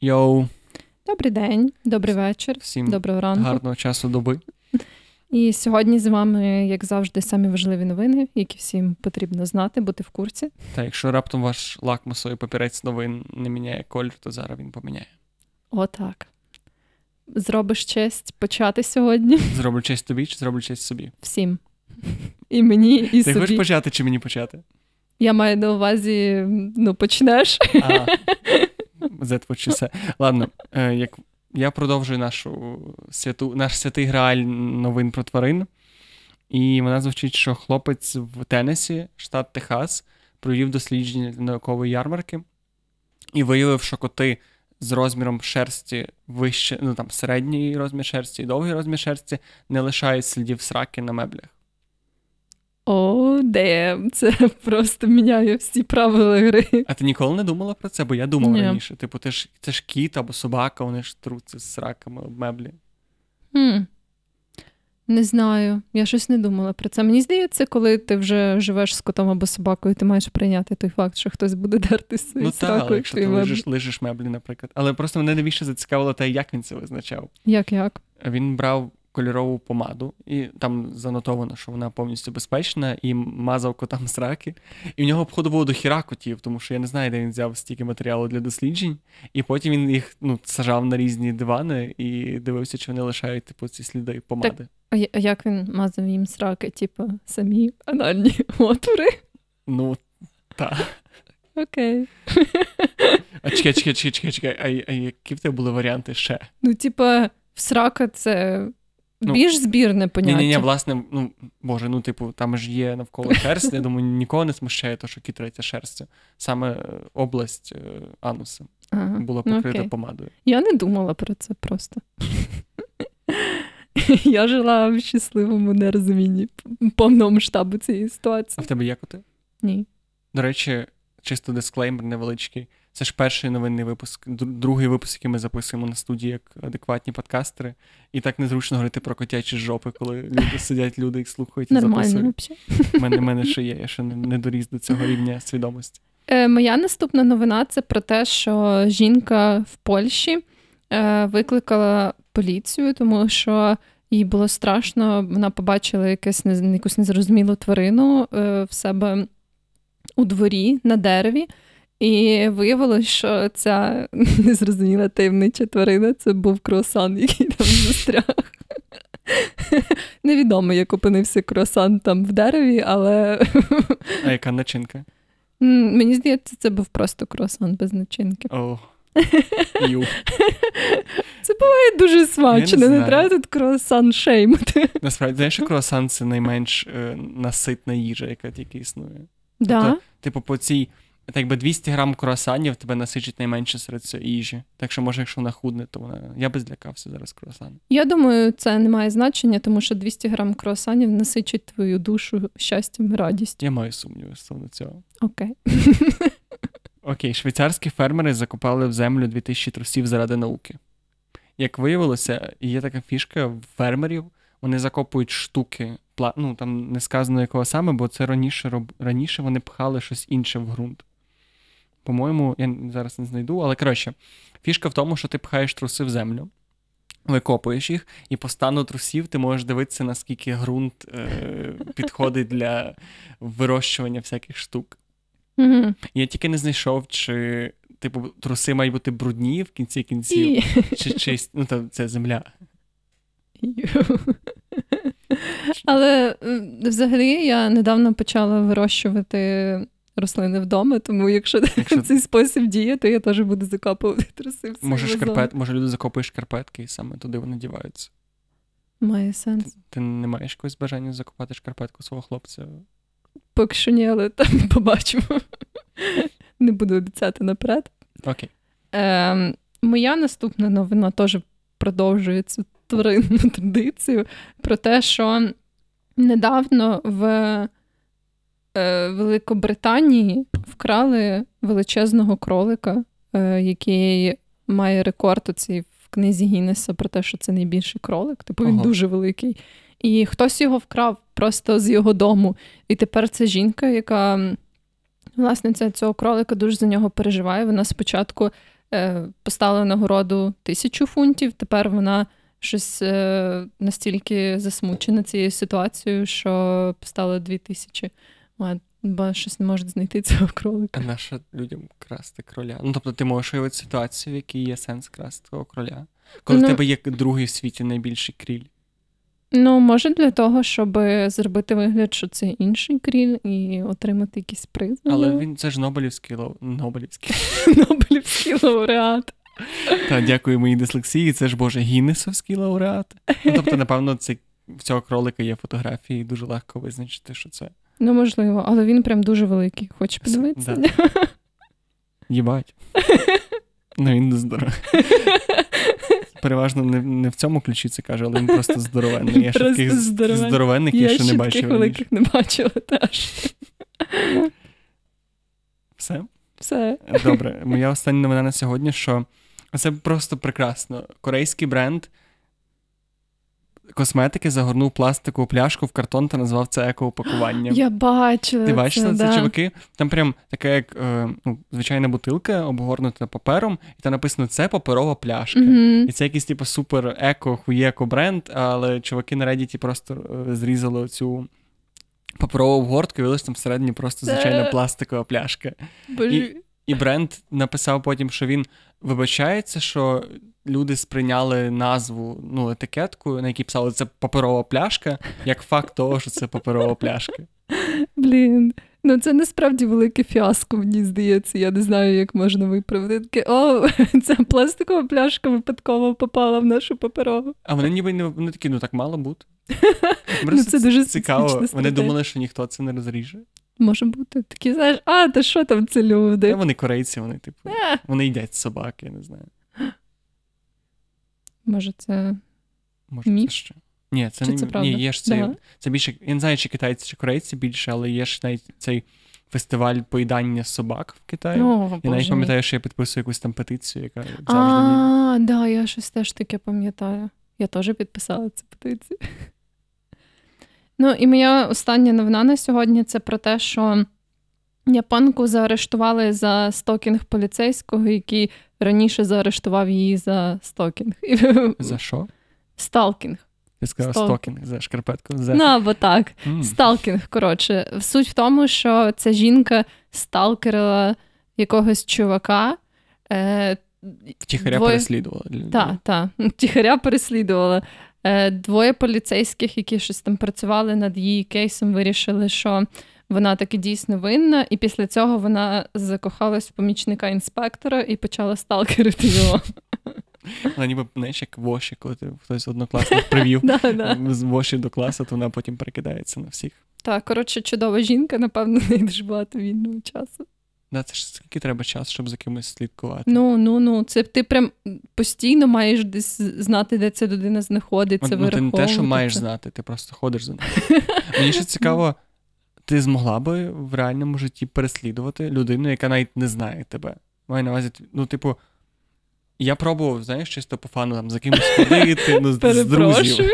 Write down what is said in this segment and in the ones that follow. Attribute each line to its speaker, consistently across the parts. Speaker 1: Йоу,
Speaker 2: Добрий день, добрий вечір,
Speaker 1: всім
Speaker 2: доброго ранку.
Speaker 1: гарного часу доби.
Speaker 2: І сьогодні з вами, як завжди, самі важливі новини, які всім потрібно знати, бути в курсі.
Speaker 1: Та якщо раптом ваш лакмусовий папірець новин не міняє колір, то зараз він поміняє.
Speaker 2: Отак. Зробиш честь почати сьогодні
Speaker 1: Зроблю честь тобі чи зроблю честь собі.
Speaker 2: всім. І мені, і
Speaker 1: Ти
Speaker 2: собі.
Speaker 1: хочеш почати чи мені почати?
Speaker 2: Я маю на увазі, ну почнеш.
Speaker 1: А, that what she said. Ладно, е, як я продовжую нашу святу, наш святий грааль новин про тварин. І вона звучить, що хлопець в Теннесі, штат Техас, провів дослідження для наукової ярмарки і виявив, що коти з розміром шерсті вище, ну там середній розмір шерсті і довгий розмір шерсті не лишають слідів сраки на меблях.
Speaker 2: О, де це просто міняє всі правила гри.
Speaker 1: А ти ніколи не думала про це? Бо я думав
Speaker 2: Ні.
Speaker 1: раніше. Типу, ти ж це ж кіт або собака, вони ж труться з сраками об меблі.
Speaker 2: Хм. Не знаю, я щось не думала про це. Мені здається, коли ти вже живеш з котом або собакою, ти маєш прийняти той факт, що хтось буде дарти свою
Speaker 1: Ну так, але
Speaker 2: сракою.
Speaker 1: якщо ти лежиш, лежиш меблі, наприклад. Але просто мене навіщо зацікавило те, як він це визначав.
Speaker 2: Як як?
Speaker 1: Він брав кольорову помаду, і там занотовано, що вона повністю безпечна, і мазав котам сраки. І в нього походу було до хіра котів, тому що я не знаю, де він взяв стільки матеріалу для досліджень. І потім він їх ну, сажав на різні дивани і дивився, чи вони лишають типу, ці сліди помади.
Speaker 2: А я- а як він мазав їм сраки, типу, самі анальні отвори?
Speaker 1: Ну, так.
Speaker 2: Окей.
Speaker 1: А чекай, чекай, чекай, чекай, чекай. А, а які в тебе були варіанти ще?
Speaker 2: Ну, типа, срака це
Speaker 1: Ну,
Speaker 2: більш збірне поняття.
Speaker 1: Ні, ні, ні, власне, ну боже, ну типу, там ж є навколо шерсть. Я думаю, нікого не смущає, то, що кітрається шерстю. Саме е, область е, ануса
Speaker 2: Ага,
Speaker 1: була
Speaker 2: ну,
Speaker 1: покрита
Speaker 2: окей.
Speaker 1: помадою.
Speaker 2: Я не думала про це просто. Я жила в щасливому нерозумінні повному штабу цієї
Speaker 1: А
Speaker 2: ситуації.
Speaker 1: в тебе є коти?
Speaker 2: Ні.
Speaker 1: До речі, чисто дисклеймер невеличкий. Це ж перший новинний випуск, дру- другий випуск, який ми записуємо на студії як адекватні подкастери. І так незручно говорити про котячі жопи, коли люди сидять, люди їх слухають і
Speaker 2: Нормально
Speaker 1: записують.
Speaker 2: взагалі.
Speaker 1: У мене, мене ще є, я ще не, не доріс до цього рівня свідомості.
Speaker 2: Е, моя наступна новина це про те, що жінка в Польщі е, викликала поліцію, тому що їй було страшно. Вона побачила якесь нез- якусь незрозумілу тварину е, в себе у дворі на дереві. І виявилось, що ця незрозуміла таємнича тварина це був круасан, який там застряг. Невідомо, як опинився круасан там в дереві, але
Speaker 1: А яка начинка?
Speaker 2: М, Мені здається, це був просто круасан без начинки.
Speaker 1: О. Ю.
Speaker 2: Це буває дуже смачно, не,
Speaker 1: знаю.
Speaker 2: треба тут круасан шеймити.
Speaker 1: Насправді, знаєш, що круасан це найменш е, наситна їжа, яка тільки існує.
Speaker 2: Да?
Speaker 1: Типу, по цій, так би 200 грам круасанів тебе насичить найменше серед цієї їжі. Так що, може, якщо вона худне, то вона. Я би злякався зараз круасану.
Speaker 2: Я думаю, це не має значення, тому що 200 грам круасанів насичить твою душу щастям і радістю.
Speaker 1: Я маю сумніви стосовно цього.
Speaker 2: Окей.
Speaker 1: Окей, швейцарські фермери закопали в землю 2000 трусів заради науки. Як виявилося, є така фішка в фермерів, вони закопують штуки, пла- ну там не сказано якого саме, бо це раніше, роб... раніше вони пхали щось інше в ґрунт. По-моєму, я н- зараз не знайду, але коротше, фішка в тому, що ти пхаєш труси в землю, викопуєш їх, і по стану трусів ти можеш дивитися, наскільки ґрунт е... підходить для вирощування всяких штук.
Speaker 2: Мгм.
Speaker 1: Я тільки не знайшов, чи типу труси мають бути брудні в кінці кінців,
Speaker 2: І...
Speaker 1: чи чисті. Ну там це земля.
Speaker 2: Але м, взагалі я недавно почала вирощувати рослини вдома, тому якщо,
Speaker 1: Якщо-
Speaker 2: цей спосіб діє, то я теж буду закапувати труси в
Speaker 1: Може,
Speaker 2: себе
Speaker 1: шкарпет, може, люди закопують шкарпетки і саме туди вони діваються.
Speaker 2: вдома. Має сенс.
Speaker 1: Ти не маєш якогось бажання закопати шкарпетку свого хлопця?
Speaker 2: Поки що ні, але там побачимо. Не буду обіцяти наперед.
Speaker 1: Окей.
Speaker 2: Ем, моя наступна новина теж продовжує цю тваринну традицію про те, що недавно в е, Великобританії вкрали величезного кролика, е, який має рекорд у цій в книзі Гіннеса про те, що це найбільший кролик, типу він
Speaker 1: Ого.
Speaker 2: дуже великий. І хтось його вкрав просто з його дому. І тепер це жінка, яка м, власниця цього кролика дуже за нього переживає. Вона спочатку е, поставили нагороду тисячу фунтів. Тепер вона щось е, настільки засмучена цією ситуацією, що поставила дві тисячі. Ма- Бо щось не може знайти цього кролика.
Speaker 1: А нащо людям красти кроля? Ну, тобто, ти можеш уявити ситуацію, в якій є сенс красти того кроля. Коли
Speaker 2: Ну-
Speaker 1: в тебе є другий в світі найбільший кріль.
Speaker 2: Ну, може, для того, щоб зробити вигляд, що це інший кріль, і отримати якийсь приз. на
Speaker 1: Але
Speaker 2: нього.
Speaker 1: він це ж Нобелівський лов... Нобелівський.
Speaker 2: Нобелівський лауреат.
Speaker 1: Та дякую моїй дислексії, це ж боже Гіннесовський лауреат. Ну, тобто, напевно, це в цього кролика є фотографії, і дуже легко визначити, що це
Speaker 2: Ну, можливо, але він прям дуже великий. Хочеш подивитися?
Speaker 1: Да. їбать. Ну він не здоровий. Переважно не, не в цьому ключі це каже, але він просто здоровенний. Я ще
Speaker 2: Просто
Speaker 1: таких з-
Speaker 2: здоровенний.
Speaker 1: здоровенних я,
Speaker 2: Я
Speaker 1: ще
Speaker 2: ще
Speaker 1: не
Speaker 2: таких
Speaker 1: бачив. раніше.
Speaker 2: великих не бачила теж.
Speaker 1: Все.
Speaker 2: Все.
Speaker 1: Добре, моя остання новина на сьогодні, що це просто прекрасно. Корейський бренд косметики загорнув пластикову пляшку в картон та назвав це екоупакуванням.
Speaker 2: Я бачила.
Speaker 1: Ти бачила це,
Speaker 2: да.
Speaker 1: чуваки? Там прям така, як е, ну, звичайна бутилка, обгорнута папером, і там написано це паперова пляшка.
Speaker 2: Мгм.
Speaker 1: І це якийсь типу супер еко, хуєко бренд, але чуваки на Reddit просто е, зрізали цю паперову обгортку, і лише там всередині просто
Speaker 2: Це-
Speaker 1: звичайна пластикова пляшка.
Speaker 2: Боже.
Speaker 1: І бренд написав потім, що він вибачається, що люди сприйняли назву, ну, етикетку, на якій писали це паперова пляшка, як факт того, що це паперова пляшка.
Speaker 2: Блін. Ну це насправді велике фіаско, мені здається. Я не знаю, як можна виправити. Таке, о, ця пластикова пляшка випадково попала в нашу паперову.
Speaker 1: А вони ніби не вони такі, ну так мало бути.
Speaker 2: Ну, це дуже специфічна
Speaker 1: цікаво. Вони
Speaker 2: стратегія.
Speaker 1: думали, що ніхто це не розріже.
Speaker 2: Може бути. Такі, знаєш, а, та що там це
Speaker 1: Та
Speaker 2: люди?
Speaker 1: вони корейці, вони, типу,
Speaker 2: Е.
Speaker 1: вони їдять собак, я не знаю.
Speaker 2: Може, це
Speaker 1: Може,
Speaker 2: Міф?
Speaker 1: це ще. Ні, це
Speaker 2: Чи
Speaker 1: не
Speaker 2: це
Speaker 1: міф.
Speaker 2: правда?
Speaker 1: ні, є ж це,
Speaker 2: Да.
Speaker 1: це більше. Я не знаю, чи китайці, чи корейці більше, але є ж навіть цей фестиваль поїдання собак в Китаї.
Speaker 2: О,
Speaker 1: Я навіть
Speaker 2: Боже мій.
Speaker 1: пам'ятаю, що я підписую якусь там петицію, яка завжди мені-
Speaker 2: А, да, я щось теж таке пам'ятаю. Я теж підписала цю петицію. Ну, і моя остання новина на сьогодні це про те, що японку заарештували за стокінг поліцейського, який раніше заарештував її за стокінг. І-
Speaker 1: за що?
Speaker 2: Сталкінг.
Speaker 1: Я сказав
Speaker 2: Сток.
Speaker 1: стокінг за шкарпетку. За...
Speaker 2: Ну, або так.
Speaker 1: М.
Speaker 2: Сталкінг, коротше. Суть в тому, що ця жінка сталкерила якогось чувака. Е,
Speaker 1: Втіхаря
Speaker 2: двоє-
Speaker 1: переслідувала. для-
Speaker 2: Так, так. Тіхаря переслідувала. Е, Двоє поліцейських, які щось там працювали над її кейсом, вирішили, що вона таки дійсно винна, і після цього вона закохалась в помічника інспектора і почала сталкерити його.
Speaker 1: Вона ніби, знаєш, як воші, коли ти хтось однокласник привів
Speaker 2: Да, да.
Speaker 1: з воші до класу, то вона потім перекидається на всіх.
Speaker 2: Так, коротше, чудова жінка, напевно, не дуже багато вільного часу.
Speaker 1: Да, це ж скільки треба часу, щоб за кимось слідкувати.
Speaker 2: Ну, ну, ну, це ти прям постійно маєш десь знати, де ця людина знаходиться.
Speaker 1: От, ну, ти не те, що
Speaker 2: вираховувати
Speaker 1: маєш
Speaker 2: це.
Speaker 1: знати, ти просто ходиш за ним. Мені ще цікаво, ти змогла би в реальному житті переслідувати людину, яка навіть не знає тебе. Маю на увазі, т- ну, типу, я пробував, знаєш, чисто по фану там за кимось ходити, ну, з- з друзів.
Speaker 2: Перепрошую.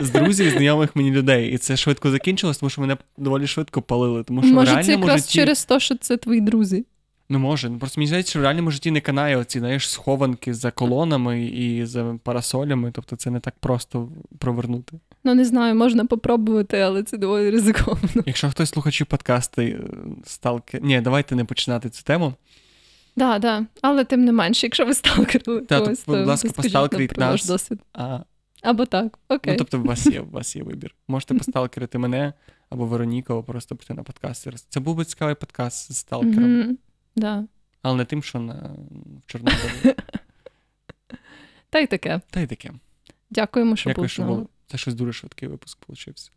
Speaker 1: З друзів, знайомих мені людей. І це швидко закінчилось, тому що мене доволі швидко палили. Тому що в
Speaker 2: Може, це
Speaker 1: реальному
Speaker 2: якраз
Speaker 1: житті
Speaker 2: через те, що це твої друзі.
Speaker 1: Ну, може. Ну, Просто мені здається, що в реальному житті не канає оці, знаєш, схованки за колонами і за парасолями. Тобто це не так просто провернути.
Speaker 2: Ну, не знаю, можна попробувати, але це доволі ризиковано.
Speaker 1: Якщо хтось слухачів подкасти сталки. Ні, давайте не починати цю тему.
Speaker 2: Да, да. Але тим не менше, якщо ви сталкерили
Speaker 1: Та,
Speaker 2: когось,
Speaker 1: то, будь
Speaker 2: то
Speaker 1: ласка,
Speaker 2: розкажіть
Speaker 1: посталкеріть
Speaker 2: нам про ваш
Speaker 1: нас.
Speaker 2: досвід.
Speaker 1: А,
Speaker 2: Або так. Окей.
Speaker 1: Ну, тобто, у вас є, у вас є вибір. Можете посталкерити мене або Вероніку, або просто піти на подкаст. Це був би цікавий подкаст з сталкером,
Speaker 2: Мгм. да.
Speaker 1: але не тим, що на в Чорнобилі.
Speaker 2: Та й таке.
Speaker 1: Та й таке.
Speaker 2: Дякуємо, що
Speaker 1: Дякую,
Speaker 2: був з
Speaker 1: що
Speaker 2: нами.
Speaker 1: було. Це щось дуже швидкий випуск получився.